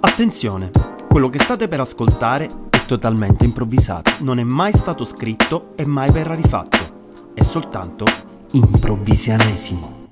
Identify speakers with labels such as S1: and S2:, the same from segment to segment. S1: Attenzione, quello che state per ascoltare è totalmente improvvisato, non è mai stato scritto e mai verrà rifatto, è soltanto improvvisianesimo.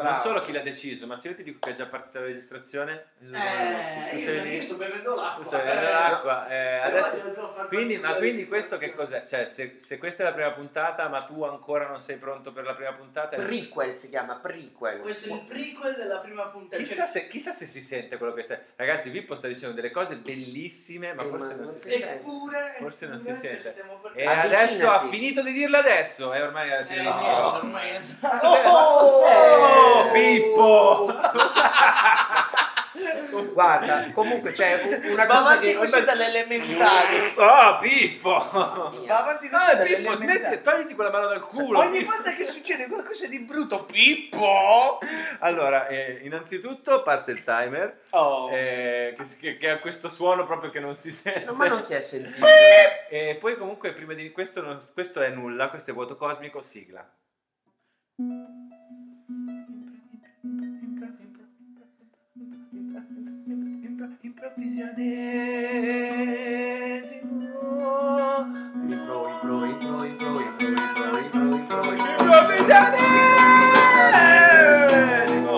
S2: Non solo chi l'ha deciso, ma se io ti dico che è già partita la registrazione,
S3: Eh,
S2: tu
S3: io,
S2: sei lì,
S3: io sto bevendo l'acqua.
S2: tu stai bevendo l'acqua, eh, adesso- quindi, ma quindi questo che cos'è? Cioè, se, se questa è la prima puntata, ma tu ancora non sei pronto per la prima puntata,
S4: Prequel si chiama prequel.
S3: Questo è il prequel della prima puntata.
S2: chissà,
S3: Cioè,
S2: se, chissà se si sente quello che stai. Ragazzi, Vippo sta dicendo delle cose bellissime, ma
S4: Eh,
S2: forse
S4: ma
S2: non
S4: non
S2: si
S4: si
S2: sente.
S4: sente.
S3: Eppure,
S2: Forse non si Eh,
S3: eppure
S2: sente.
S3: stiamo per- Ah,
S2: E
S4: Avvicinati.
S2: adesso ha finito di dirla adesso, e ormai era
S3: Eh,
S2: tirato.
S3: ormai è- Oh,
S2: Oh,
S4: Eh.
S2: Pippo!
S4: Guarda, comunque c'è u- una
S3: Va
S4: cosa
S3: avanti
S4: che
S3: così dalle elementari.
S2: Oh, Pippo!
S3: Va avanti così
S2: Ah,
S3: dalle
S2: Pippo,
S3: elementari.
S2: smetti, togliti quella mano dal culo.
S3: Ogni
S2: Pippo.
S3: volta che succede qualcosa di brutto, Pippo!
S2: Allora, eh, innanzitutto parte il timer
S3: Oh.
S2: eh, che, che- che ha questo suono proprio che non si sente. Eh,
S4: No, ma non si è sentito.
S2: E poi comunque prima di questo, non- questo è nulla, questo è vuoto cosmico, sigla.
S4: Impro, impro, impro, impro, impro, impro, impro, impro, impro.
S2: Improvvisionesimo!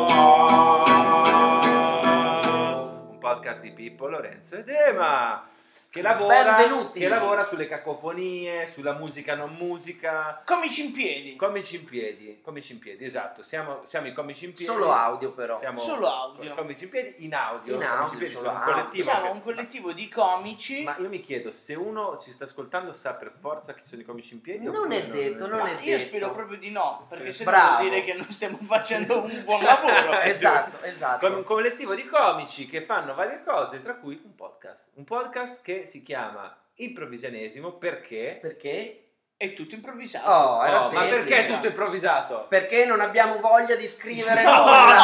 S2: Un podcast di Pippo, Lorenzo ed Ema che lavora,
S4: Ah, Benvenuti.
S2: che lavora sulle cacofonie, sulla musica non musica.
S3: Comici in piedi.
S2: Comici in piedi, comici in piedi, esatto. Siamo, siamo i comici in piedi.
S4: Solo audio però.
S2: Siamo
S3: Solo audio.
S2: Comici in piedi in audio.
S4: In
S2: Comici
S4: audio,
S2: piedi,
S4: solo
S2: sono un
S4: audio.
S2: collettivo
S3: Siamo
S2: che-
S3: un collettivo di comici.
S2: Ma io mi chiedo se uno ci sta ascoltando sa per forza chi sono i comici in piedi.
S4: Non
S2: oppure
S4: è detto, non
S3: Ma
S4: è
S3: io
S4: detto.
S3: spero proprio di no, perché se no
S4: Bravo.
S3: vuol dire che non stiamo facendo un buon lavoro.
S2: Eh,
S4: Esatto, esatto.
S2: Come un collettivo di comici che fanno varie cose, tra cui un podcast. Un podcast che si chiama Improvvisanesimo perché...
S4: Perché?
S3: È tutto improvvisato.
S4: Oh, era
S2: Oh, ma
S4: semplice.
S2: perché è tutto improvvisato?
S4: Perché non abbiamo voglia di scrivere
S2: No,
S4: nulla.
S2: no, no,
S4: no,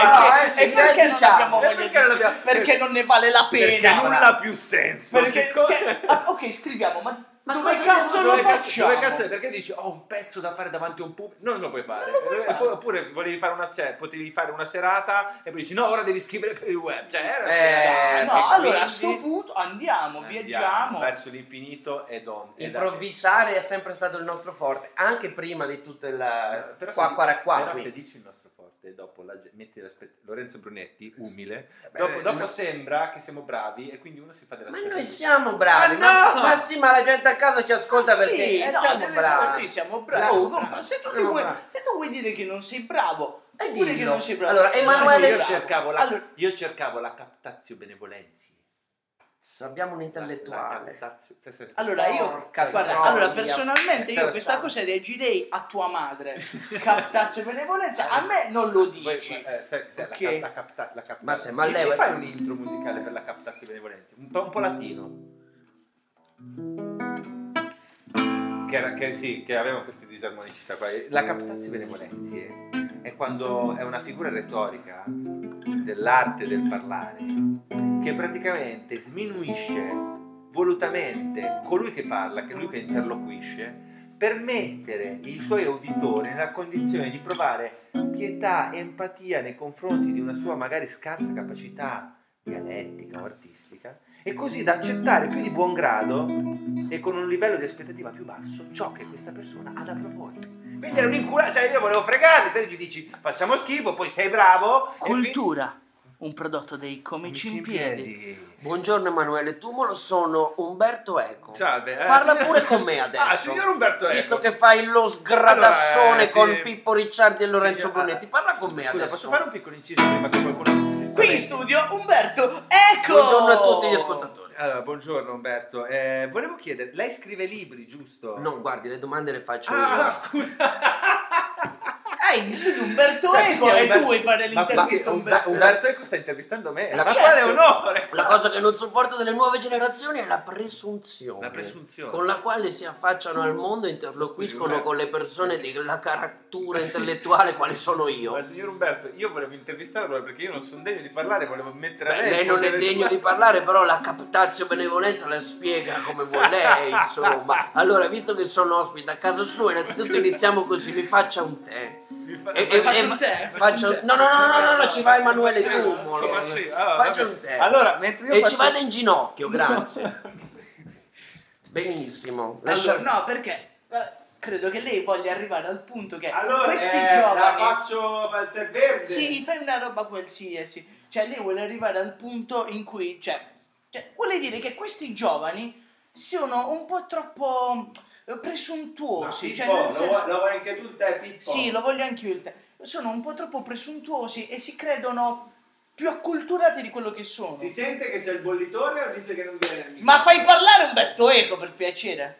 S2: perché-
S4: eh, sì,
S3: e perché
S4: eh,
S3: non
S4: diciamo.
S3: abbiamo voglia
S2: Perché non
S3: di scrivere?
S2: abbiamo-
S3: Perché non ne vale la
S2: Perché
S3: pena.
S2: nulla ha più senso.
S3: Perché-
S2: che cosa-
S3: che- ah, ok, scriviamo, ma,
S4: Ma
S3: dove
S4: cosa
S3: cazzo lo
S2: Dove cazzo-
S3: facciamo?
S2: dove cazzo- perché dici ho un pezzo da fare davanti a un pubblico? Non lo puoi fare.
S3: Non lo puoi
S2: Eh,
S3: fare.
S2: oppure- Oppure volevi fare una cioè, potevi fare una serata e poi dici no, ora devi scrivere per il web. Cioè, era una
S4: Eh,
S2: serata,
S3: no,
S2: e
S3: allora a
S2: quindi-
S3: sto punto andiamo,
S2: Andiamo
S3: viaggiamo.
S2: verso l'infinito ed on. ed-
S4: Improvvisare è sempre stato il nostro forte, anche prima di tutto il
S2: Eh, però
S4: qua
S2: se-
S4: qua qua
S2: però
S4: qui.
S2: se dici il nostro forte dopo la, ge- metti l'aspet- Lorenzo Brunetti umile
S4: Beh,
S2: dopo, dopo
S4: no.
S2: sembra che siamo bravi e quindi uno si fa della
S4: Ma noi siamo bravi,
S2: Ma
S4: ma,
S2: no!
S4: ma sì, ma la gente a casa ci ascolta
S3: Ah, sì,
S4: perché eh,
S3: no,
S4: siamo
S3: deve-
S4: bravi.
S3: noi siamo bravi.
S4: Siamo
S3: Oh, compa,
S2: bravi.
S3: se, tu ti
S4: Siamo
S3: vuoi,
S4: bravi.
S3: se tu vuoi dire che non sei bravo,
S4: Eh,
S3: vuoi dire che
S4: dillo.
S3: non sei bravo.
S4: Allora,
S3: Io
S4: Emanuele-
S3: sono
S2: io
S3: bravo.
S2: cercavo la,
S3: Allora,
S2: io cercavo la captazio benevolenzi
S4: Abbiamo un
S2: La
S4: intellettuale.
S2: captazio- se- se-
S3: Allora io,
S4: Porca
S3: guarda,
S4: troia.
S3: allora personalmente io
S4: Interessante.
S3: questa cosa reagirei a tua madre. Captazio e benevolenza, a me non lo
S2: Poi,
S3: dici.
S2: ma, eh, sai- sai, la
S3: Ok.
S2: cap- la capta- la captazio-
S4: Ma se- ma
S2: Mi-
S4: lei-
S2: mi fai un intro musicale per la captazio benevolenzi un po', un po' latino che, era- che sì che avevamo queste disarmonicità qua la captazio benevolenzi è, è quando è una figura retorica dell'arte del parlare che praticamente sminuisce volutamente colui che parla che lui che interloquisce per mettere i suoi uditori nella condizione di provare pietà, empatia nei confronti di una sua magari scarsa capacità dialettica o artistica e così da accettare più di buon grado e con un livello di aspettativa più basso ciò che questa persona ha da proporre. Quindi era un'incuranza, cioè io volevo fregarti, te gli dici facciamo schifo, poi sei bravo.
S3: un prodotto dei
S4: Buongiorno Emanuele Tumolo, sono Umberto Eco.
S2: Salve. eh,
S4: Parla
S2: signor-
S4: pure con me adesso.
S2: Ah, signor Umberto Eco.
S4: Visto che fai lo sgradassone
S2: Allora, eh, sì.
S4: con Pippo Ricciardi e Lorenzo
S2: Signor-
S4: Brunetti, parla con me
S2: Scusa,
S4: adesso.
S2: posso fare un piccolo inciso prima che qualcuno si
S3: Qui in
S2: spaventi?
S3: studio Umberto, ecco!
S4: Buongiorno a tutti gli ascoltatori.
S2: Allora, buongiorno Umberto. Eh, volevo chiedere, lei scrive libri, giusto?
S4: No, guardi, le domande le faccio
S2: Ah,
S4: Cioè, io.
S2: scusa.
S3: Ah, in studio Umberto
S2: Cioè, quindi
S3: Eco e
S2: Umberto-
S3: tu vuoi fare
S2: Ma-
S3: l'intervista
S2: ma-
S3: Umberto.
S2: Umberto Eco sta intervistando me.
S4: La-
S2: ma
S4: certo.
S2: quale onore!
S4: La cosa che non sopporto delle nuove generazioni è la presunzione.
S2: La presunzione.
S4: Con la quale si affacciano al mondo e interloquiscono
S2: Scusi,
S4: con le persone
S2: sì. Eh,
S4: della carattura intellettuale quale sono io.
S2: Ma signor Umberto, io volevo intervistarlo perché io non sono degno di parlare, volevo mettere a
S4: Beh,
S2: lei.
S4: lei
S2: il
S4: non è
S2: potere
S4: degno di parlare, però la captazio benevolenza la spiega come vuole lei, insomma. Allora, visto che sono ospite a casa sua, innanzitutto iniziamo così, mi faccia un tè.
S2: fa-
S4: E-
S2: faccio-
S4: e-
S3: Faccio un tè.
S4: Eh, faccio-
S3: un tè.
S4: no, no, no, no, no, no, ci vai Emanuele
S2: faccio-
S4: tu, Molo.
S2: lo faccio io. Ah,
S4: Faccio
S2: vabbè.
S4: un tè.
S2: Allora, mentre io
S4: e
S2: faccio...
S4: ci vado in ginocchio, grazie. Benissimo.
S3: Allora,
S4: Lascia-
S3: no, perché eh, credo che lei voglia arrivare al punto che
S2: Allora,
S3: questi
S2: eh, la
S3: giovani
S2: faccio Valteverde.
S3: Sì, fai una roba qualsiasi. Cioè, lei vuole arrivare al punto in cui, cioè, cioè, vuole dire che questi giovani sono un po' troppo eh,
S2: No,
S3: presuntuosi.
S2: Pippo,
S3: cioè,
S2: lo,
S3: nel
S2: vuoi-
S3: senso-
S2: lo vuoi anche tu te, Pippo?
S3: Sì, lo voglio anche io il te. Sono un po' troppo presuntuosi e si credono più acculturati di quello che sono.
S2: Si sente che c'è il bollitore o dice che non viene amico?
S3: Ma fai parlare Umberto Eco, per piacere.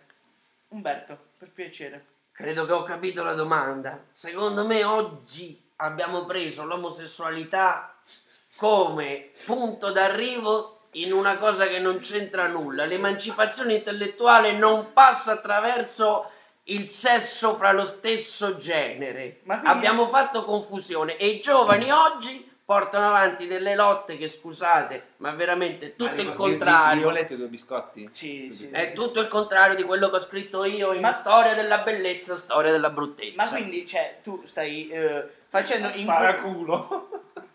S3: Umberto, per piacere.
S4: Credo che ho capito la domanda. Secondo me oggi abbiamo preso l'omosessualità come punto d'arrivo in una cosa che non c'entra nulla. L'emancipazione intellettuale non passa attraverso il sesso fra lo stesso genere.
S3: Ma quindi-
S4: Abbiamo fatto confusione e i giovani oggi portano avanti delle lotte che scusate, ma veramente tutto il contrario.
S2: volete due biscotti?
S3: Sì, sì.
S4: È tutto il contrario di quello che ho scritto io in
S3: Ma-
S4: Storia della bellezza, Storia della bruttezza.
S3: Ma quindi, cioè, tu stai eh, facendo... in-
S2: Paraculo.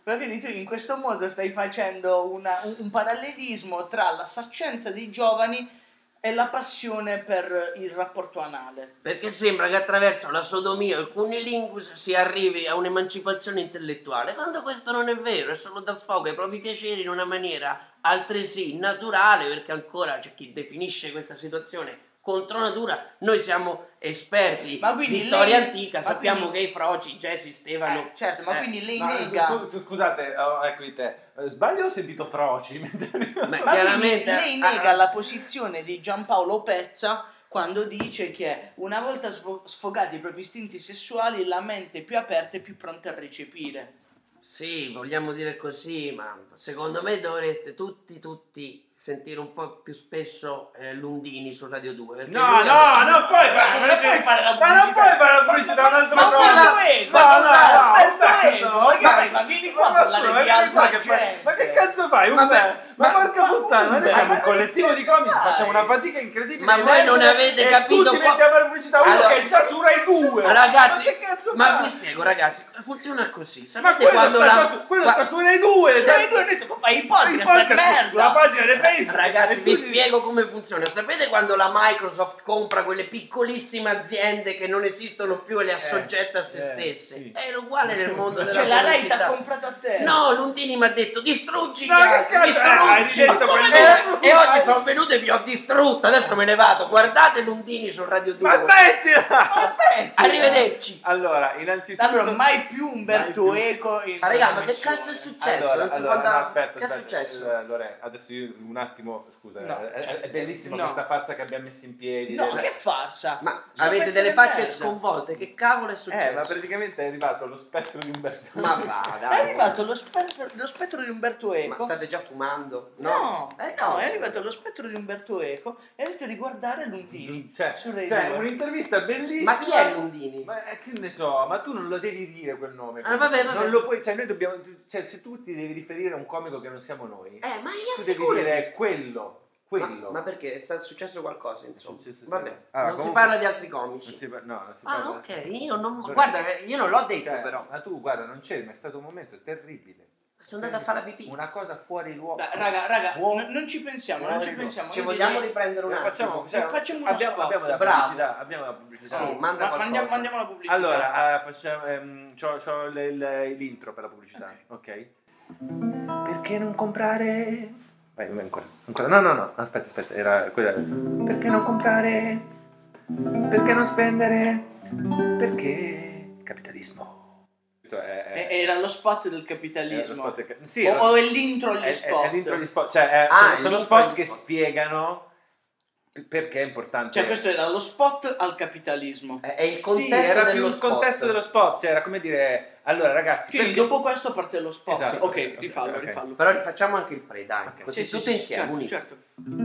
S3: Ma quindi tu in questo modo stai facendo una- un, un parallelismo tra la saccenza dei giovani e la passione per il rapporto anale.
S4: Perché sembra che attraverso la sodomia e il cunilingus si arrivi a un'emancipazione intellettuale, quando questo non è vero, è solo da sfogo ai propri piaceri in una maniera altresì naturale, perché ancora c'è chi definisce questa situazione contro natura, noi siamo esperti
S3: Ma quindi
S4: di
S3: lei-
S4: storia antica,
S3: ma
S4: sappiamo
S3: quindi-
S4: che i froci già esistevano.
S3: Eh, certo, ma
S4: Eh,
S3: quindi lei
S2: Ma,
S3: nega...
S2: scu- scu- scusate, oh, ecco di te. Eh, Sbaglio ho sentito froci?
S4: Ma
S3: Ma
S4: chiaramente
S3: quindi lei
S4: ah,
S3: nega la posizione di Giampaolo Pezza quando dice che una volta sfo- sfogati i propri istinti sessuali la mente è più aperta e più pronta a recepire.
S4: Sì, vogliamo dire così, ma secondo me dovreste tutti, tutti sentire un po' più spesso eh, Lundini su Radio 2. perché
S2: No,
S4: lui
S2: no,
S4: ha-
S2: non puoi fare
S3: Ma come puoi fare la
S2: Ma non
S3: pubblicità?
S2: puoi fare la
S3: Ma-
S2: pubblicità
S3: ma-
S2: a un'altra
S3: ma
S2: cosa.
S3: Umberto Eco,
S2: No, no, no,
S3: Umberto
S2: Umberto,
S3: Eco, ma che fai? Ma vieni qua a
S2: ma
S3: parlare
S2: scusa,
S3: di
S2: ma vieni qua
S3: altra
S2: che fai-
S3: gente.
S2: Ma che cazzo fai?
S4: Ma-
S2: Umberto? Ma,
S4: ma-
S2: porca
S3: ma
S2: puttana, ma noi siamo un
S3: Umberto,
S2: collettivo di
S3: che
S2: comici,
S3: cazzo
S2: facciamo una
S3: fai?
S2: fatica incredibile.
S4: Ma voi non avete
S2: e
S4: capito
S2: Tutti
S4: qua-
S2: metti a fare pubblicità uno
S4: Allora-
S2: che è già su Rai 2.
S4: Ma ragazzi,
S2: ma che cazzo
S4: Ma vi
S2: fai?
S4: spiego, ragazzi, funziona così.
S2: Ma
S4: Sapete
S2: quello
S4: quando
S2: sta,
S4: la...
S2: già su, quello
S4: qua-
S2: sta su Rai 2.
S3: Tra i due noi siamo fai i
S2: Il
S3: podcast,
S2: podcast
S3: è
S2: Eh, certo. su-
S3: merda.
S2: sulla pagina di Facebook.
S4: Ragazzi,
S2: E
S4: vi
S2: tu dici-
S4: spiego come funziona. Sapete quando la Microsoft compra quelle piccolissime aziende che non esistono più e le assoggetta a se
S2: eh,
S4: stesse?
S2: sì.
S4: È uguale nel mondo della
S3: Cioè la Rai ti
S4: pubblicità.
S3: ha comprato a te.
S4: No, Lundini mi ha detto distruggi,
S2: Eh. No, che
S4: Giacomo,
S2: cazzo, Eh, hai
S4: distruggi.
S2: detto
S4: Ma
S2: quello-
S4: eh, E oggi sono venuto e vi ho distrutto, adesso me ne vado. Guardate Lundini su Radio 2.
S2: Ma smettila!
S3: Ma aspetta.
S4: Arrivederci.
S2: Allora, innanzitutto...
S3: Allora, mai più Umberto
S2: Mai più.
S3: Eco in
S4: Ma raga, ma che
S3: trasmissione.
S4: cazzo è successo?
S2: Allora,
S4: Non si
S2: allora,
S4: può andare-
S2: no, aspetta,
S4: che è
S2: aspetta,
S4: successo?
S2: eh, Lorenzo, adesso io un attimo, scusa,
S3: No,
S2: eh, è,
S3: cioè,
S2: è bellissima
S3: no.
S2: questa farsa che abbiamo messo in piedi. eh,
S3: No,
S2: del-
S3: che farsa.
S4: Ma
S3: Sono
S4: avete
S3: pezzi
S4: delle
S3: di
S4: facce
S3: merda.
S4: sconvolte, che cavolo è
S2: eh, ma
S4: successo?
S2: praticamente è arrivato lo spettro di Umberto.
S4: Ma va, dai.
S3: È arrivato lo spettro, lo spettro di Umberto
S4: Ma
S3: Eco.
S4: state già fumando?
S3: No,
S4: Eh,
S3: no,
S4: cosa?
S3: è arrivato lo spettro di Umberto Eco e ha detto di guardare
S4: Mm.
S3: Lundini.
S2: Cioè,
S3: su Rai
S2: cioè,
S3: due.
S2: un'intervista bellissima.
S4: Ma chi è Lundini?
S2: Ma eh, che ne so, ma tu non lo devi dire quel nome.
S4: Ah, vabbè, vabbè.
S2: Non lo puoi, cioè, noi dobbiamo, cioè, se tu ti devi riferire a un comico che non siamo noi,
S4: Eh, ma io
S2: tu devi
S4: figurati.
S2: dire quello, quello.
S4: Ma, ma perché è stato successo qualcosa, insomma.
S2: Sì, sì, sì.
S4: Vabbè,
S2: Ah,
S4: non si
S2: comunque-
S4: parla di altri comici.
S2: Non si par- no, non si
S4: Ah,
S2: parla-
S4: ok, io non...
S2: Lorenzo.
S4: Guarda, io non l'ho detto
S2: Cioè,
S4: però.
S2: Ma tu guarda, non c'eri, ma è stato un momento terribile.
S4: Sono andata a fare la pipì.
S2: Una cosa fuori luogo.
S3: Dai, raga, raga,
S2: Buono.
S3: n- non ci pensiamo,
S2: Buono.
S3: non ci pensiamo.
S4: Ci
S3: Io
S4: vogliamo
S3: direi-
S4: riprendere un
S2: Eh,
S4: attimo?
S2: facciamo, cioè,
S3: Facciamo uno
S2: abbiamo,
S3: squat.
S2: abbiamo la
S4: Bravo.
S2: pubblicità. Abbiamo la pubblicità.
S4: Sì, manda
S3: Ma-
S4: qualcosa.
S3: mandiamo, mandiamo la pubblicità.
S2: Allora, eh, facciamo, ehm, c'ho, c'ho l- il- l'intro per la pubblicità, ok? Perché non comprare... Vai, vai, ancora, ancora. No, no, no, aspetta, aspetta, era quella... Perché non comprare? Perché non spendere? Perché... Capitalismo. Questo è...
S3: E- era lo spot del
S2: è lo
S3: capitalismo.
S2: spot che- Sì,
S3: o,
S2: lo-
S3: o è l'intro agli
S2: è, è-
S3: spot.
S2: è l'intro agli spot, cioè è-
S4: Ah,
S2: sono-
S4: è
S2: sono,
S4: l'intro
S2: spot
S4: agli
S2: che
S4: spot.
S2: spiegano p- perché è importante.
S3: Cioè, questo era lo spot al capitalismo.
S4: È è il
S2: sì,
S4: contesto
S2: era più
S4: dello
S2: il
S4: spot.
S2: contesto dello spot, cioè era come dire, allora ragazzi,
S3: Quindi
S2: perché...
S3: dopo questo parte lo spot.
S2: Esatto,
S3: ok,
S2: esatto,
S3: rifallo,
S2: ok, ok.
S3: rifallo.
S4: Però rifacciamo anche il pre, dai.
S2: Ok.
S4: Così
S3: Sì, sì,
S4: tutto
S3: sì,
S4: insieme,
S3: certo,
S4: unito.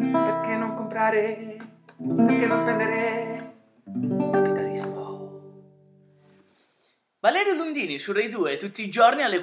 S3: certo.
S2: perché non comprare, perché non spendere, capitalismo.
S3: Valerio Lundini su Rai 2 tutti i giorni alle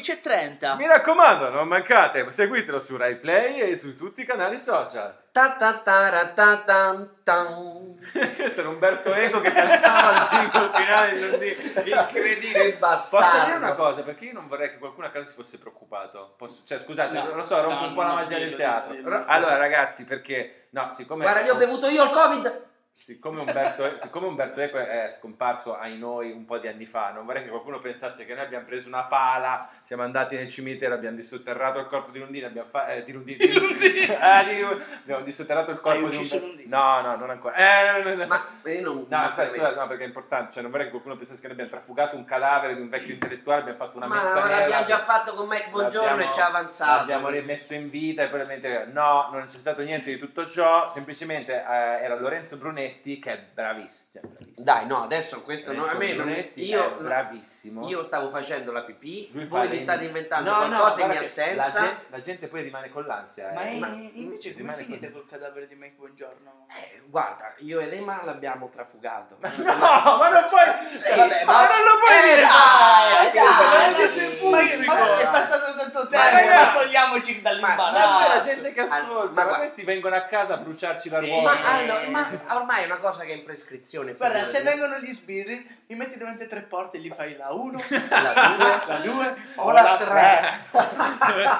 S3: 14.30.
S2: Mi raccomando, non mancate, seguitelo su Rai Play e su tutti i canali social.
S4: Ta ta ta ra ta tan tan.
S2: Questo era Umberto Eco che cantava il jingle finale di lunedì. Incredibile.
S4: Che bastardo.
S2: Posso dire una cosa? Perché io non vorrei che qualcuno a casa si fosse preoccupato. Posso- cioè, scusate,
S3: No,
S2: lo so, rompo
S3: no,
S2: un po' la
S3: no,
S2: magia
S3: dillo,
S2: del teatro.
S3: dillo, dillo.
S2: Allora, ragazzi, perché... No, siccome...
S4: Guarda, gli ho bevuto io il covid.
S2: Siccome Umberto, siccome Umberto Eco è scomparso ai noi un po' di anni fa, non vorrei che qualcuno pensasse che noi abbiamo preso una pala, siamo andati nel cimitero, abbiamo dissotterrato il corpo di Lundini, abbiamo fa- eh, di Lundini, di Lundini. Ah, di- abbiamo dissotterrato il corpo
S3: Hai
S2: di
S3: ucciso
S2: Umberto-
S3: Lundini.
S2: No, no, non ancora. Eh, no, no, no.
S4: Ma eh, io non.
S2: No,
S4: non
S2: aspetta,
S4: credo.
S2: scusa, no, perché è importante, cioè non vorrei che qualcuno pensasse che noi abbiamo trafugato un cadavere di un vecchio intellettuale, abbiamo fatto una
S4: Ma
S2: messa nera.
S4: l'abbiamo già fatto con Mike Buongiorno e
S2: L'abbiamo-
S4: ci ha avanzato.
S2: L'abbiamo rimesso in vita e poi l'abbiamo integrato. No, non c'è stato niente di tutto ciò, semplicemente eh, era Lorenzo Brunetti che è bravissimo. cioè, bravissimo.
S4: Dai, no, adesso questo non,
S2: Lorenzo
S4: a me non
S2: Brunetti
S4: io,
S2: è Eh, bravissimo.
S4: io stavo facendo la pipì,
S2: Lui fa
S4: voi
S2: le-
S4: mi state inventando
S2: No, no,
S4: qualcosa in
S2: guarda
S4: mia
S2: che
S4: assenza.
S2: La gente, la gente poi rimane con l'ansia.
S3: Ma,
S2: eh.
S3: in-
S4: ma-
S3: invece come
S2: rimane
S3: finite
S2: così.
S3: col cadavere di Mike Buongiorno?
S4: Eh, guarda, io ed Emma l'abbiamo trafugato.
S2: No, ma non puoi...
S3: Sì, vabbè, ma-
S2: non lo puoi
S4: Eh,
S2: dire!
S4: dai,
S2: scusa,
S4: dai,
S2: ma
S4: dai.
S2: dice il
S3: ma,
S2: pubblico.
S3: ma guarda, è passato tanto tempo,
S2: ragazzi-
S3: ma togliamoci
S2: Ma poi la
S3: dall'imbarazzo.
S2: gente che
S4: Ah,
S2: ascolta,
S4: ma
S2: ma
S4: guarda-
S2: questi vengono a casa a bruciarci la
S3: Sì,
S2: ruota.
S4: ma, eh, allora, ma ormai è una cosa che è in prescrizione.
S3: Guarda, se
S4: figurati.
S3: vengono gli sbirri, li metti davanti a tre porte e gli fai la 1,
S4: La due,
S3: la 2
S4: o la tre.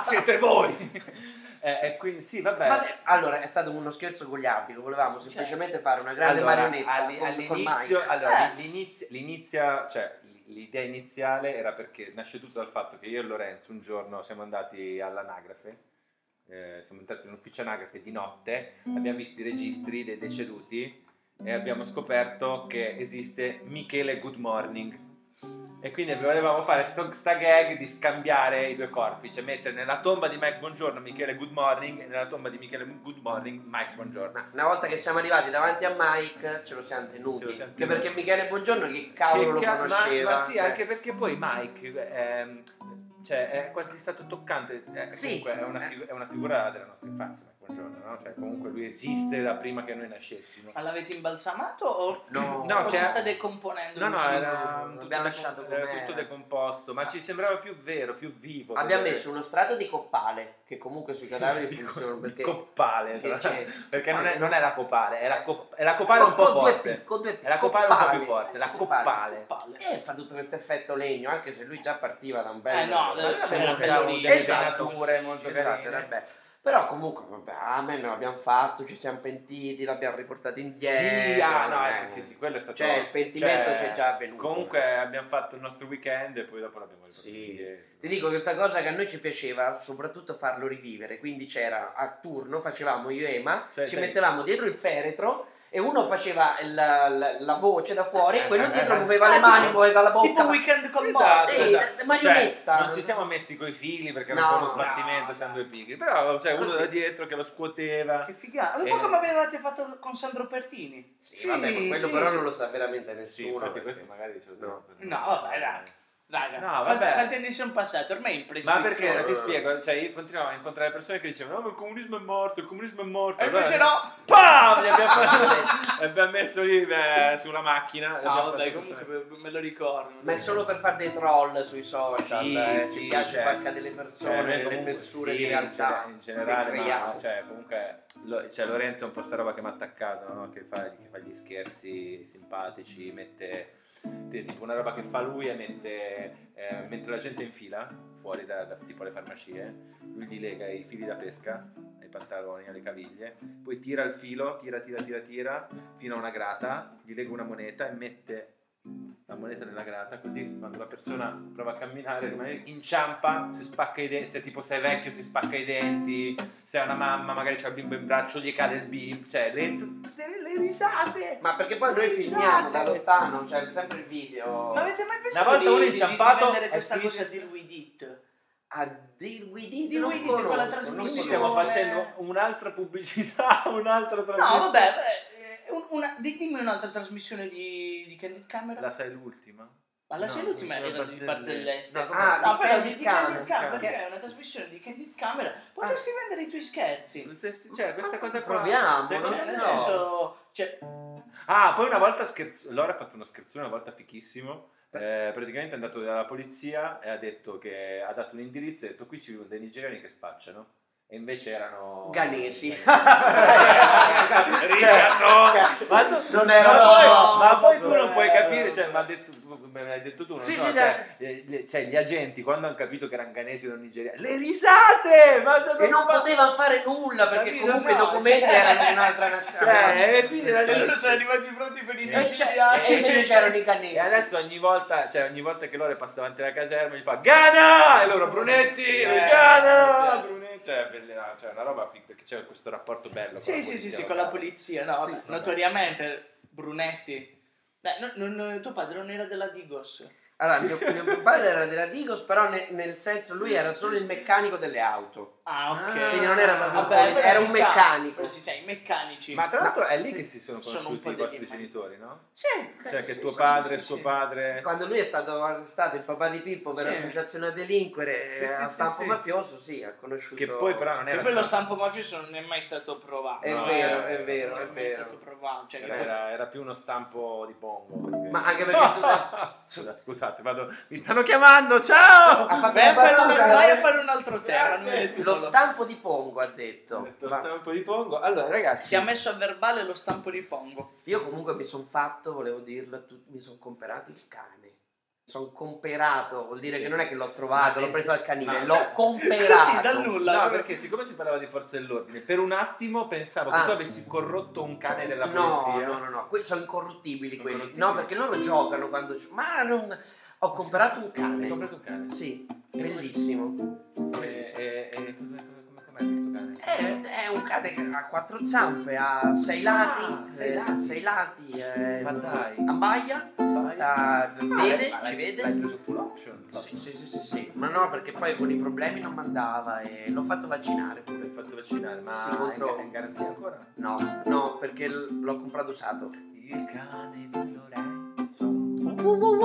S2: Siete voi! Eh, e quindi sì, vabbè.
S4: Vabbè, allora è stato uno scherzo goliardico. Volevamo semplicemente fare una grande
S2: Allora,
S4: marionetta
S2: alli-
S4: con- con
S2: all'inizio,
S4: Mike.
S2: allora,
S3: Eh.
S2: l'inizio- l'inizia- cioè, l- l'idea iniziale era perché nasce tutto dal fatto che io e Lorenzo un giorno siamo andati all'anagrafe, eh, siamo andati in un ufficio anagrafe di notte, abbiamo visto i registri dei deceduti e abbiamo scoperto che esiste Michele Good Morning. E quindi volevamo fare sto, sta gag di scambiare i due corpi, cioè mettere nella tomba di Mike Buongiorno Michele Good Morning e nella tomba di Michele Good Morning Mike Buongiorno.
S4: Ma una volta che siamo arrivati davanti a Mike, ce lo siamo tenuti.
S2: Ce lo siamo
S4: Che
S2: tenuti.
S4: perché Michele Buongiorno, che cavolo
S2: Che
S4: lo
S2: ca- ma-
S4: conosceva?
S2: Ma, sì,
S4: cioè.
S2: anche perché poi Mike ehm, cioè, è quasi stato toccante. eh,
S4: Sì.
S2: Comunque è una, figu- è una figura della nostra infanzia, Mike Buongiorno, no? Cioè, comunque lui esiste da prima che noi nascessimo.
S3: Ma l'avete imbalsamato o,
S4: No,
S2: No,
S3: o
S2: si
S3: si
S2: è-
S3: sta decomponendo?
S2: No, no,
S3: il cibo?
S2: era
S4: l'abbiamo
S2: tutto, decom-
S4: lasciato
S2: era
S4: com'era. Ah.
S2: tutto decomposto, ma ci sembrava più vero, più vivo.
S4: Abbiamo
S2: vedere-
S4: messo uno strato di coppale, che comunque sui cadaveri
S2: di co-
S4: funziona
S2: di
S4: perché...
S2: coppale, tra
S4: perché c'è-
S2: perché non, è,
S4: Coppale.
S2: non è la copale, è la, cop- è la copale un po'
S4: Con- con due
S2: forte.
S4: P, con due P,
S2: È la copale un po' più forte,
S4: sì,
S2: la
S4: coppale.
S2: coppale.
S3: Palle.
S4: E fa tutto questo effetto legno, anche se lui già partiva da un bel...
S3: Eh, no,
S2: Ma noi
S3: Era
S2: abbiamo già
S3: bello
S2: un-
S3: lì.
S2: delle
S4: Esatto.
S2: venature molto
S4: Esatto,
S2: carine.
S4: era bello. Però comunque, vabbè, amen, l'abbiamo fatto, ci siamo pentiti, l'abbiamo riportato indietro.
S2: Sì, ah, no,
S4: eh.
S2: ecco, sì, sì, quello è stato.
S4: Cioè, il pentimento
S2: cioè,
S4: c'è già avvenuto.
S2: Comunque abbiamo fatto il nostro weekend e poi dopo l'abbiamo riportato
S4: Sì.
S2: indietro.
S4: Ti dico che questa cosa che a noi ci piaceva, soprattutto farlo rivivere, quindi c'era a turno, facevamo io e Ema,
S2: Cioè,
S4: ci
S2: sai-
S4: mettevamo dietro il feretro e uno faceva il- la, la voce da fuori e quello
S2: Eh,
S4: dietro
S2: eh,
S4: muoveva
S3: eh,
S4: le
S3: tipo-
S4: mani, muoveva la
S3: Tipo
S4: bocca.
S3: weekend con
S2: Esatto,
S3: morte.
S4: Sì,
S2: esatto.
S4: da- marionetta.
S2: Cioè, non ci siamo messi coi fili perché era
S4: No,
S2: un po' uno
S4: no,
S2: sbattimento,
S3: no.
S2: siamo due pigri. Però c'è uno
S4: Così.
S2: da dietro che lo scuoteva.
S3: Che figata. Un po'
S2: Eh.
S3: come avevate fatto con Sandro Pertini.
S4: Sì, vabbè, ma quello
S3: sì,
S4: però
S3: sì.
S4: non lo sa veramente
S2: Sì,
S4: nessuno.
S2: infatti
S4: perché-
S2: questo magari ce lo dobbiamo
S4: No.
S2: prendere.
S3: No, vabbè, dai. Raga,
S2: No,
S3: quanti-
S2: vabbè.
S3: quanti anni sono passati? Ormai è
S2: Ma
S3: impressionante.
S2: perché ti
S4: Eh.
S2: spiego, cioè io continuavo a incontrare persone che dicevano "No, ma il comunismo è morto, il comunismo è morto".
S3: E
S2: Allora-
S3: invece no.
S2: Pam! Li abbiamo, fatto- li abbiamo messo lì eh, sulla macchina. li
S3: No,
S2: abbiamo
S3: Ah, vabbè,
S2: fatto
S3: comunque
S2: tutto.
S3: me lo ricordo.
S4: Ma è solo per far dei troll sui social.
S2: Sì,
S4: eh,
S2: sì,
S4: ci piace
S2: cioè-
S4: far cadere le
S2: Cioè, noi
S4: persone, le
S2: comunque,
S4: fessure
S2: sì,
S4: di realtà
S2: in generale,
S4: che
S2: ma-
S4: creiamo.
S2: cioè, comunque lo- cioè, Lorenzo è un po' sta roba che mi ha attaccato no? che, fa, che fa gli scherzi simpatici mette te- tipo una roba che fa lui e mette eh, mentre la gente è in fila fuori da, da- tipo le farmacie lui gli lega i fili da pesca ai pantaloni, alle caviglie poi tira il filo, tira, tira, tira, tira fino a una grata, gli lega una moneta e mette la moneta nella grata così quando la persona prova a camminare rimane- inciampa si spacca i denti se tipo sei vecchio si spacca i denti se è una mamma magari c'ha il bimbo in braccio gli cade il bimbo cioè le, tutte le- le risate
S4: Ma perché poi noi filmiamo da lontano, cioè sempre il video.
S3: Ma avete mai pensato
S2: Una volta uno
S3: di,
S2: è
S3: di- di
S2: inciampato,
S3: prendere
S2: è
S3: questa
S2: finito-
S3: cosa di Luidit?
S4: A Deal With It
S3: Deal
S4: non
S3: With It, quella
S4: conosco,
S3: trasmissione.
S4: non
S2: quindi
S4: conosco.
S2: stiamo facendo un'altra pubblicità un'altra
S3: No,
S2: trasmissione
S3: vabbè, beh, eh, un- una- di- dimmi un'altra trasmissione di, di Candid Camera.
S2: la sai l'ultima
S3: Ma la
S2: No,
S3: sei l'ultima
S2: quella
S3: era di
S2: Barzelletta.
S3: Barzellette.
S2: No,
S4: Ah,
S3: No,
S4: di
S3: però
S4: Candid
S3: di, di Candid
S4: Camera,
S3: Camera,
S4: perché-
S3: perché è una trasmissione di Candid Camera.
S2: Ah.
S3: Potresti vendere i tuoi scherzi.
S2: Potresti- cioè
S3: Ah,
S2: questa cosa qua
S4: Proviamo,
S2: Cioè,
S4: non
S3: Cioè,
S2: c'è-
S3: nel
S4: so.
S3: senso, cioè,
S2: ah poi una volta scherzo Laura ha fatto uno scherzone una volta fichissimo Eh, praticamente è andato dalla polizia e ha detto che ha dato un indirizzo e ha detto qui ci vivono dei nigeriani che spacciano e invece erano
S4: Ghanesi.
S2: Cioè,
S4: Risatto.
S2: ma tu-
S3: Non era-
S2: ma poi,
S3: no,
S2: ma poi tu
S3: no,
S2: non puoi
S3: no,
S2: capire
S3: no.
S2: cioè, ma ha detto, tu- me l'hai detto tu non
S4: Eh. Sì,
S2: so,
S4: sì,
S2: cioè, eh, le- cioè, gli agenti quando hanno capito che erano ghanesi o nigeriani le risate ma sono
S4: E non
S2: fa-
S4: poteva fare nulla perché
S2: Capito?
S4: comunque
S3: No,
S4: i documenti
S3: cioè-
S4: erano di un'altra nazione.
S2: cioè, e quindi la
S3: Cioè, loro
S2: gente-
S3: sono arrivati pronti per i
S2: Eh,
S4: E, c'è-
S3: nigeriani.
S4: e invece c'erano i canesi.
S2: E adesso ogni volta, cioè ogni volta che loro passa davanti alla caserma gli fa Gana! E loro Brunetti!
S3: Eh,
S2: lui, Gana!
S3: certo.
S2: Brunetti! Cioè, è bella- cioè, una roba fitta, che c'è questo rapporto bello. con
S3: Sì,
S2: la
S3: sì, sì,
S2: polizia
S3: sì, con la
S2: locale.
S3: polizia, no,
S4: Sì,
S3: vabbè,
S2: vabbè.
S3: notoriamente Brunetti. Beh, no, non- non- tuo padre non era della Digos.
S4: Allora, mio, mio padre era della Digos, però ne- nel senso lui era solo il meccanico delle auto.
S3: Ah, ok.
S2: Ah, Quindi non
S4: era proprio
S3: Vabbè,
S4: un-
S3: quello
S4: era
S3: si
S4: un
S3: sa,
S4: meccanico.
S3: quello si sa, i meccanici.
S2: Ma tra
S4: Ma-
S2: l'altro è lì
S4: sì,
S2: che si sono
S3: sono un
S2: conosciuti
S3: po'
S2: i vostri
S3: degli-
S2: genitori, no?
S3: Sì,
S2: Cioè
S4: sì,
S2: che
S4: sì,
S2: tuo
S4: sì,
S2: padre,
S3: sì,
S2: suo
S3: sì.
S2: padre...
S4: Eh, Quando lui è stato arrestato, il papà di Pippo per
S3: Sì.
S4: associazione a delinquere
S2: Sì,
S4: eh,
S2: sì,
S4: a
S2: sì,
S4: stampo
S2: sì.
S4: mafioso, sì, ha conosciuto.
S2: Che poi però non
S3: E
S2: era...
S3: poi lo stampo mafioso non è mai stato provato.
S4: È
S3: no?
S4: vero,
S3: Eh,
S4: è vero,
S3: non
S4: è
S3: mai
S4: vero.
S3: stato provato. Cioè, che
S2: Era, era- era più uno stampo di bongo.
S4: Ma anche perché tu-
S2: Scusa- Scusate, vado... Mi stanno chiamando, ciao!
S4: Ha fatto
S3: Vai a
S4: una
S3: fare, un-
S4: battuta,
S3: vai a
S4: eh?
S3: fare un altro tema.
S2: Grazie.
S3: non è tutto
S4: Lo
S3: lo-
S4: stampo di Pongo ha
S2: Ho
S4: detto.
S2: detto
S4: ma
S2: stampo di bongo. Allora ragazzi...
S3: Si è messo a verbale lo stampo di Pongo.
S4: Io comunque mi sono fatto, volevo dirlo, tu- mi sono comperato il cane. Sono comperato, vuol dire
S2: Sì.
S4: che non è che l'ho trovato,
S2: Ma eh
S4: l'ho preso al
S2: ma-
S4: canile, l'ho comperato.
S3: Così, dal nulla.
S2: No, perché siccome si parlava di forze dell'ordine, per un attimo pensavo
S4: Ah.
S2: che tu avessi corrotto un cane della
S4: No,
S2: polizia.
S4: no, no, no, que- sono incorruttibili
S2: Sono
S4: quelli.
S2: incorruttibili.
S4: No, perché loro giocano quando gio- Ma non... ho comperato un cane.
S2: Hai comprato un cane?
S4: Sì,
S2: E come-
S4: bellissimo.
S2: E, e, e come, come, come- com'è questo cane?
S4: È, è un cane che ha quattro zampe, ha Eh, sei lati,
S2: Ah, sei
S4: eh,
S2: lati.
S4: sei lati, eh,
S2: Ma dai.
S4: abbaia,
S2: Vai.
S4: ah,
S2: Ah,
S4: vede,
S2: l'hai-
S4: ci
S2: L'hai
S4: vede.
S2: preso full option?
S4: Sì, sì, sì, sì, sì. ma no, perché poi con i problemi non mandava e l'ho fatto vaccinare pure.
S2: L'hai fatto vaccinare, ma
S4: Sì, contro-
S2: è in garanzia ancora?
S4: No, no, perché l- l'ho comprato usato.
S2: Il cane di Lorenzo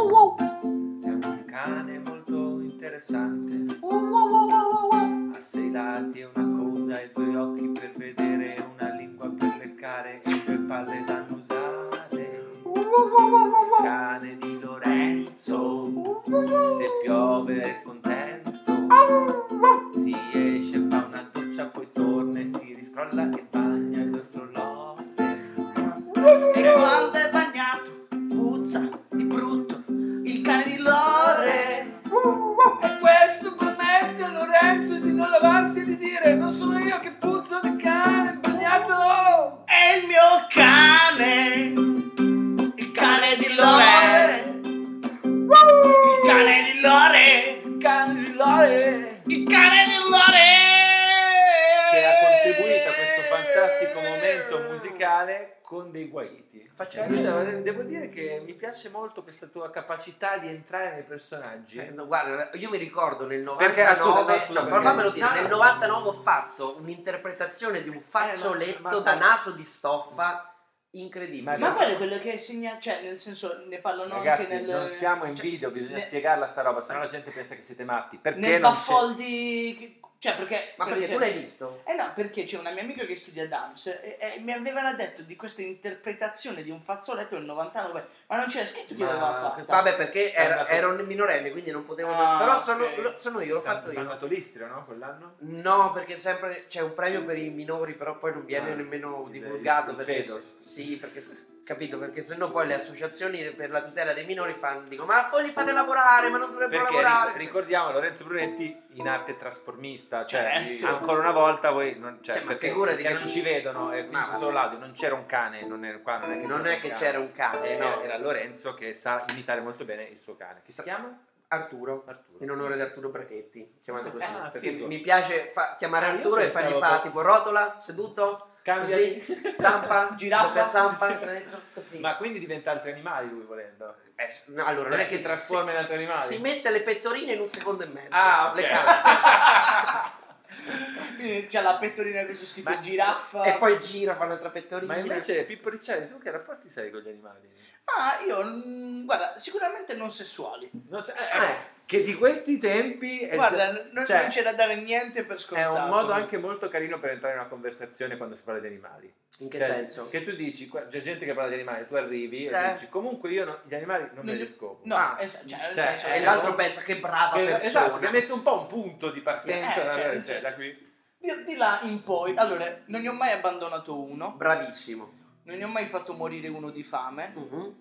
S2: è un cane molto interessante. Ha sei lati e una coda e due occhi per vedere, una lingua per leccare e due palle da annusare. Il cane di Lorenzo se piove è contento si esce fa una doccia poi torna e si riscrolla e bagna il nostro Ecco, lore
S3: E quando è bagnato, puzza di brutto il cane di Lore.
S2: e questo permette a Lorenzo di non lavarsi e di dire non sono io che puzzo di cane bagnato
S3: È il mio cane, il cane di Lore. Il cane di Lore.
S2: il cane di Lore
S3: Il cane di Lore.
S2: che ha contribuito a questo fantastico momento musicale con dei guaiti.
S4: Facciamo-
S2: Eh, io devo dire che mi piace molto questa tua capacità di entrare nei personaggi.
S4: Eh, no, guarda, io mi ricordo nel 99,
S2: Perché- ah, scusa, no, scusa,
S4: no,
S2: perché-
S4: ma fammelo dire,
S2: no, no.
S4: nel 99 ho fatto un'interpretazione di un
S2: Eh,
S4: fazzoletto
S2: ma- ma-
S4: da naso di stoffa incredibile.
S3: Ma quello è quello che segna, cioè nel senso ne parlano
S2: Ragazzi,
S3: anche nel...
S2: non siamo in
S3: cioè,
S2: video, bisogna
S3: ne-
S2: spiegarla sta roba, sennò la gente pensa che siete matti. Perché
S3: nel
S2: non c'è?
S3: Baffoldi... che- Cioè perché...
S4: Ma
S3: per
S4: perché tu
S3: esempio-
S4: l'hai visto?
S3: Eh no, perché c'è una mia amica che studia DAMS e, e mi avevano detto di questa interpretazione di un fazzoletto del 99, ma non c'era scritto chi
S2: Ma-
S3: l'aveva fatta.
S4: Vabbè, perché era,
S2: andato-
S4: ero un minorenne, quindi non potevo.
S3: Ah,
S4: però sono,
S3: ok.
S4: lo- sono io, l'ho fatto
S2: È
S4: io.
S2: andato l'Istria, no? Quell'anno?
S4: No, perché sempre c'è un premio per i minori, però poi non viene
S2: Ah,
S4: nemmeno
S2: il-
S4: divulgato.
S2: il
S4: perché,
S2: peso.
S4: sì, perché se- capito? Perché sennò poi le associazioni per la tutela dei minori fanno, dico, ma voi li fate lavorare, ma non dovrebbero
S2: Perché
S4: lavorare.
S2: ri- ricordiamo Lorenzo Brunetti in arte trasformista, cioè
S3: Certo.
S2: ancora una volta voi non, cioè,
S4: Eh, Cioè, ma
S2: perché,
S4: figurati
S2: perché
S4: che-
S2: non ci vedono e
S4: Ma
S2: quindi c'è
S4: vabbè.
S2: solo l'audio, non c'era un cane, non è, qua non è che,
S4: Non è che c'era un cane,
S2: Eh,
S4: no.
S2: era Lorenzo che sa imitare molto bene il suo cane. Che si chiama?
S4: Arturo,
S2: Arturo.
S4: in onore di Arturo Brachetti, chiamato così,
S2: Ah,
S4: perché
S2: figo.
S4: mi piace fa- chiamare
S2: Ah, io
S4: Arturo e fargli
S2: pensavo
S4: fa
S2: che-
S4: tipo rotola, seduto,
S2: Cambia
S4: così, zampa,
S3: Giraffa.
S4: doppia zampa, dentro, così.
S2: Ma quindi diventa altri animali lui volendo.
S4: Eh, no, allora,
S2: Cioè,
S4: non è
S2: si
S4: che
S2: trasforma in
S4: si-
S2: altri animali?
S4: Si mette le pettorine in un secondo e mezzo.
S2: Ah, ok.
S4: Le cambia.
S3: Quindi Quindi c'è la pettorina così scritto
S4: Ma-
S3: giraffa.
S4: E poi gira, fa l'altra pettorina.
S2: Ma invece, Pippo Ricciardi, tu che rapporti sei con gli animali?
S3: Ma io, mm, guarda, sicuramente non sessuali.
S2: Non so- eh,
S4: Eh.
S2: Che di questi tempi è,
S3: Guarda,
S2: già-
S3: non,
S2: cioè,
S3: non c'è da dare niente per
S2: è
S3: scontato.
S2: un modo anche molto carino per entrare in una conversazione quando si parla di animali.
S4: In che
S2: Cioè,
S4: senso?
S2: Che tu dici, qua- c'è gente che parla di animali, tu arrivi e
S4: Eh.
S2: dici, comunque io no- gli animali non, me
S3: Non
S2: li
S3: li-
S2: scopo.
S3: No,
S4: Ah,
S3: es- cioè, nel
S2: cioè,
S3: senso,
S4: E
S2: eh,
S4: l'altro
S2: no?
S4: pezzo, che brava
S2: Che-
S4: persona.
S2: esatto, che mette un po' un punto di partenza
S3: Eh,
S2: da-
S3: cioè,
S2: cioè,
S3: sì.
S2: da qui.
S3: Di, di là in poi, allora, non ne ho mai abbandonato uno,
S4: Bravissimo.
S3: non ne ho mai fatto morire uno di
S2: Mm.
S3: fame,
S4: Mhm.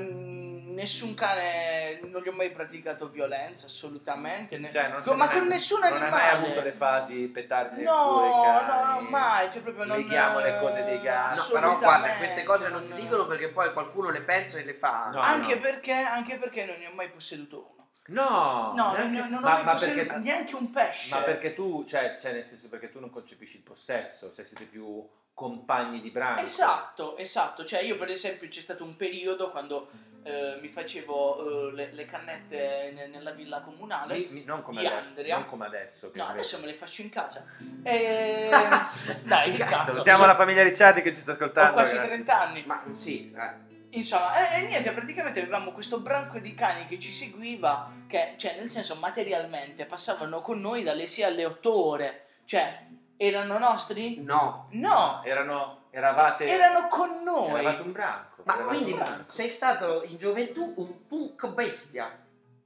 S3: non- nessun cane, non gli ho mai praticato violenza, assolutamente. ne-
S2: Cioè, non
S3: Co-
S2: sei
S3: ma
S2: mai-
S3: con nessun
S2: non hai mai
S3: animale.
S2: avuto le fasi petardi nel culo dei
S3: No, no,
S2: cani?
S3: no, mai, cioè proprio non...
S2: Leghiamo le code dei gatti.
S4: No, però guarda,
S3: assolutamente,
S4: queste cose non si dicono perché poi qualcuno le pensa e le fa.
S2: No.
S3: Anche, perché, anche perché non ne ho mai posseduto uno.
S2: No,
S3: No,
S2: neanche-
S3: non, non ho
S2: ma,
S3: mai
S2: ma
S3: posseduto
S2: perché,
S3: neanche un pesce.
S2: ma perché tu, cioè, cioè, nel senso, perché tu non concepisci il possesso, se siete più compagni di branco.
S3: Esatto, esatto. Cioè, io, per esempio, c'è stato un periodo quando eh, mi facevo eh, le, le cannette ne- nella villa comunale.
S2: Mi- mi- non, come
S3: Di
S2: adesso,
S3: Andrea.
S2: non come adesso. che
S3: No,
S2: invece-
S3: adesso me le faccio in casa. Ehm, Dai, che cazzo.
S2: Salutiamo la famiglia Ricciardi che ci sta ascoltando.
S3: Ho quasi
S2: ragazzi.
S3: 30 anni.
S4: Ma sì, eh.
S3: Insomma, e e niente, praticamente avevamo questo branco di cani che ci seguiva, che, cioè, nel senso, materialmente passavano con noi dalle 6 alle 8 ore. Cioè, erano nostri?
S4: no.
S3: No,
S2: Erano, eravate,
S3: erano con noi.
S2: eravate un branco.
S4: Ma
S2: eravate
S4: quindi
S2: un branco.
S4: sei stato in gioventù un punk bestia.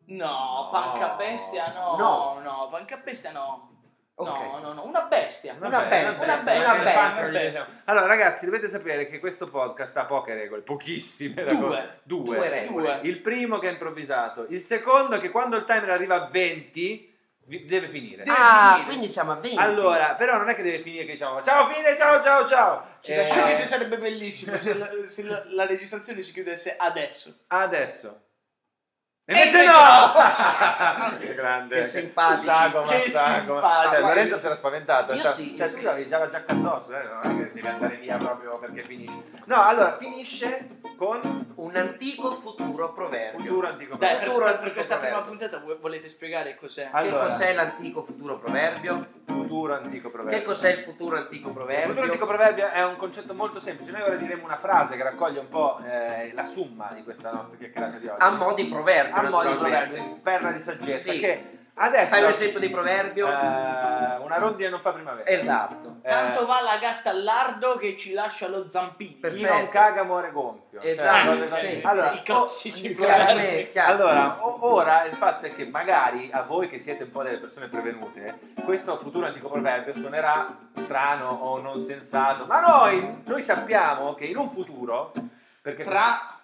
S3: No,
S2: No.
S3: panca bestia no.
S4: No.
S3: No, panca bestia no.
S4: Ok.
S3: No, no, no, una bestia.
S4: Una bestia,
S3: una bestia,
S4: una
S3: una
S4: bestia,
S3: bestia,
S2: Basta,
S3: una bestia.
S2: diciamo. Allora, ragazzi, dovete sapere che questo podcast ha poche regole, pochissime regole.
S3: Due.
S2: Due.
S4: Due regole.
S2: Il primo che è improvvisato, il secondo è che quando il timer arriva a 20 vi- deve finire.
S3: Deve
S4: ah,
S3: finire.
S4: quindi siamo a 20.
S2: Allora, però non è che deve finire che diciamo ciao fine, ciao ciao ciao. Eh,
S3: Anche se sarebbe bellissimo se, la, se la- la registrazione si chiudesse adesso.
S2: Adesso. E
S3: E
S2: invece
S3: invece
S2: no!
S3: no!
S2: Che grande.
S4: Che simpatici.
S2: Sagoma,
S3: Che
S2: sagoma.
S3: simpatici.
S2: Cioè, Lorenzo si era spaventato.
S4: Io
S2: cioè,
S4: sì,
S2: cioè,
S4: io
S2: tu
S4: sì.
S2: l'avevi già la giacca addosso, eh? non è che devi andare via proprio perché finisce. No, allora, finisce con
S4: Un antico futuro proverbio.
S2: futuro antico.
S3: Dai, per,
S4: Futuro
S3: per-
S4: al
S3: per questa prima
S4: proverbio.
S3: puntata vo- volete spiegare cos'è?
S2: Ah,
S4: Che
S2: Allora.
S4: cos'è l'antico futuro proverbio?
S2: Futuro antico proverbio.
S4: Che cos'è il futuro antico proverbio?
S2: Il futuro antico proverbio è un concetto molto semplice. Noi ora diremo una frase che raccoglie un po' eh, la summa di questa nostra chiacchierata di oggi.
S4: A mo' di proverbio,
S2: A mo' di
S4: naturalmente.
S2: proverbio, quindi perla di saggezza.
S4: Sì.
S2: Che adesso.
S4: Fai un esempio di proverbio?
S2: Eh, una rondine non fa primavera.
S4: Esatto.
S2: Eh,
S3: Tanto va la gatta all'ardo che ci lascia lo zampino.
S4: Per-
S2: chi
S4: Perfetto.
S2: non caga muore gonfio. Cioè,
S4: Esatto,
S2: cose così.
S4: sì,
S2: allora,
S3: I classici
S2: oh,
S3: classici.
S4: Chiaramente, chiaro.
S2: allora, o- ora il fatto è che magari a voi che siete un po' delle persone prevenute, questo futuro antico proverbio suonerà strano o non sensato, ma noi, noi sappiamo che in un futuro, perché
S3: Tra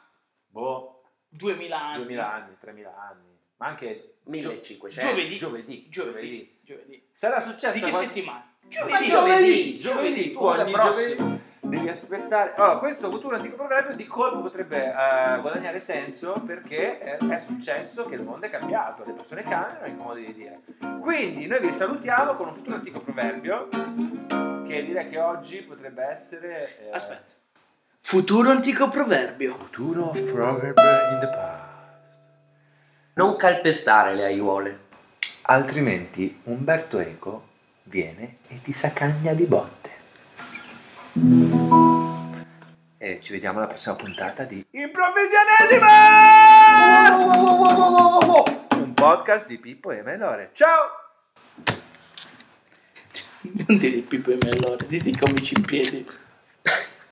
S2: boh,
S3: 2000 anni.
S2: 2000 anni, 3000 anni, ma anche
S4: 1500.
S3: Giovedì.
S2: giovedì,
S3: Giovedì. Giovedì.
S2: sarà
S3: Di
S2: successo
S3: che
S2: qual-
S3: settimana?
S2: Ma giovedì,
S3: Giovedì.
S4: Giovedì,
S2: giovedì,
S4: giovedì,
S2: tu ogni
S4: comunque prossimo.
S2: giovedì devi aspettare. Allora, questo futuro antico proverbio di colpo potrebbe eh, guadagnare senso perché eh, è successo che il mondo è cambiato, le persone cambiano i modi di dire. Quindi noi vi salutiamo con un futuro antico proverbio che direi che oggi potrebbe essere eh,
S3: Aspetta. Futuro antico proverbio.
S2: Futuro proverbio in the past.
S4: Non calpestare le aiuole.
S2: Altrimenti Umberto Eco viene e ti sacagna di botte. E ci vediamo alla prossima puntata di Improvvisionesimo! Un podcast di Pippo e Melore. Ciao!
S3: Non ti di Pippo e Mellore, di comici in piedi.